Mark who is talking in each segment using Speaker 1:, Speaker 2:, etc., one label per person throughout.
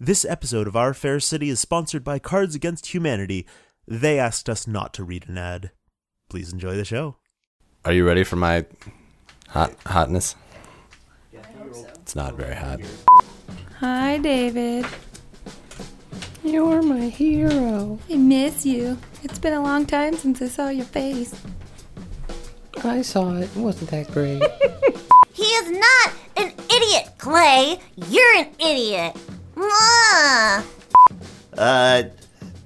Speaker 1: This episode of Our Fair City is sponsored by Cards Against Humanity. They asked us not to read an ad. Please enjoy the show.
Speaker 2: Are you ready for my hot hotness? It's not very hot.
Speaker 3: Hi, David. You're my hero. I miss you. It's been a long time since I saw your face.
Speaker 4: I saw it. It wasn't that great.
Speaker 5: He is not an idiot, Clay. You're an idiot. Mwah.
Speaker 6: Uh,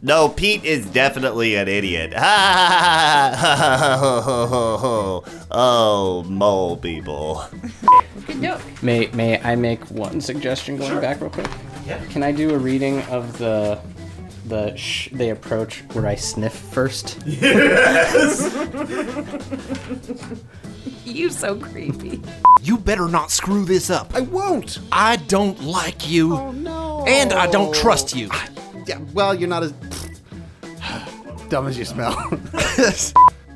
Speaker 6: no, Pete is definitely an idiot. Ha ha ha ha ha ha ha ha ha. Oh, mole people.
Speaker 7: May may I make one suggestion going back real quick? Yeah. Can I do a reading of the the sh- they approach where I sniff first?
Speaker 3: You so creepy.
Speaker 8: You better not screw this up. I won't. I don't like you. Oh no. And I don't trust you.
Speaker 9: Yeah, well, you're not as dumb as you smell.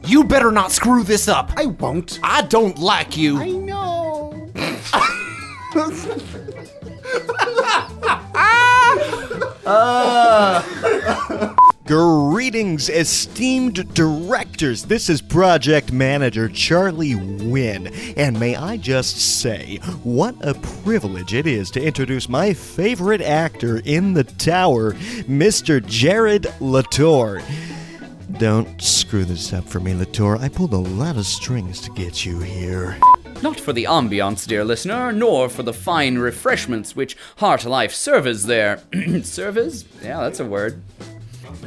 Speaker 8: You better not screw this up.
Speaker 9: I won't.
Speaker 8: I don't like you.
Speaker 9: know.
Speaker 10: Greetings, esteemed directors. This is project manager Charlie Wynn, and may I just say, what a privilege it is to introduce my favorite actor in the tower, Mr. Jared Latour. Don't screw this up for me, Latour. I pulled a lot of strings to get you here.
Speaker 11: Not for the ambiance, dear listener, nor for the fine refreshments which Heart Life serves there. serves? Yeah, that's a word.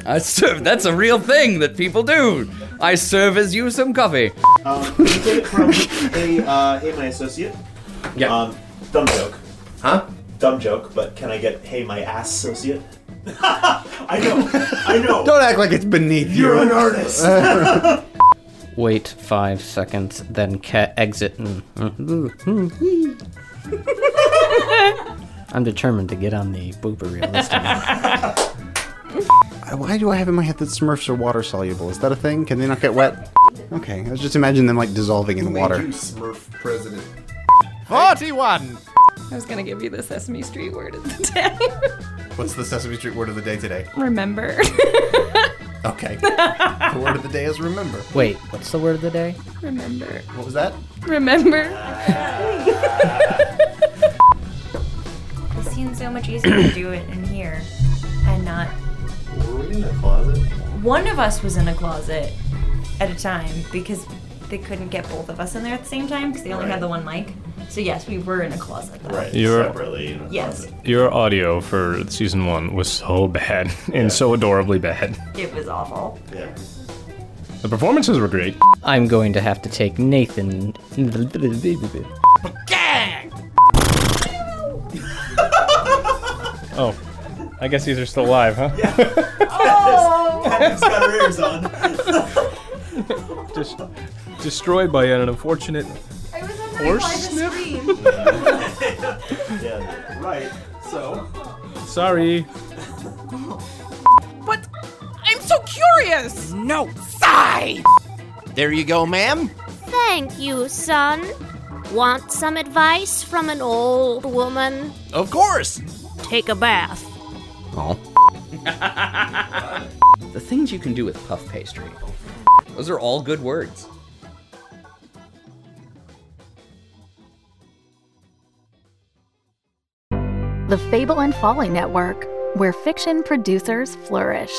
Speaker 11: I serve. That's a real thing that people do. I serve as you some coffee.
Speaker 1: Um, you get it from a, uh, hey, my associate.
Speaker 11: Yeah.
Speaker 1: Um, dumb joke. Huh? Dumb joke, but can I get, hey, my ass associate? I know, I know.
Speaker 9: Don't act like it's beneath you.
Speaker 1: You're an artist.
Speaker 7: Wait five seconds, then ca- exit. And... I'm determined to get on the booper reel this time.
Speaker 9: Why do I have in my head that Smurfs are water soluble? Is that a thing? Can they not get wet? Okay, I was just imagining them like dissolving in water.
Speaker 10: Smurf president.
Speaker 8: 41.
Speaker 3: I was gonna give you the Sesame Street word of the day.
Speaker 10: What's the Sesame Street word of the day today?
Speaker 3: Remember.
Speaker 10: Okay. the word of the day is remember.
Speaker 4: Wait, what's the word of the day?
Speaker 3: Remember.
Speaker 10: What was that?
Speaker 3: Remember.
Speaker 12: It seems so much easier to do it in here and not.
Speaker 10: Were we in a closet?
Speaker 12: One of us was in a closet at a time because they couldn't get both of us in there at the same time because they only had the one mic. So, yes, we were in a closet. Though.
Speaker 1: Right,
Speaker 13: You're-
Speaker 1: separately. in a
Speaker 12: Yes,
Speaker 13: Your audio for season one was so bad and so adorably bad.
Speaker 12: it was awful.
Speaker 1: closet. Yeah.
Speaker 13: The performances were great.
Speaker 7: I'm going to have to take Nathan.
Speaker 13: Oh, I guess these are still live, huh? Yeah.
Speaker 1: He's got her ears on.
Speaker 13: Just destroyed by an unfortunate.
Speaker 1: Yeah, right. So,
Speaker 13: Sorry.
Speaker 3: But I'm so curious.
Speaker 8: No. Sigh. There you go, ma'am.
Speaker 5: Thank you, son. Want some advice from an old woman?
Speaker 8: Of course.
Speaker 5: Take a bath.
Speaker 2: Oh.
Speaker 11: The things you can do with puff pastry. Those are all good words.
Speaker 14: The Fable and Folly Network, where fiction producers flourish.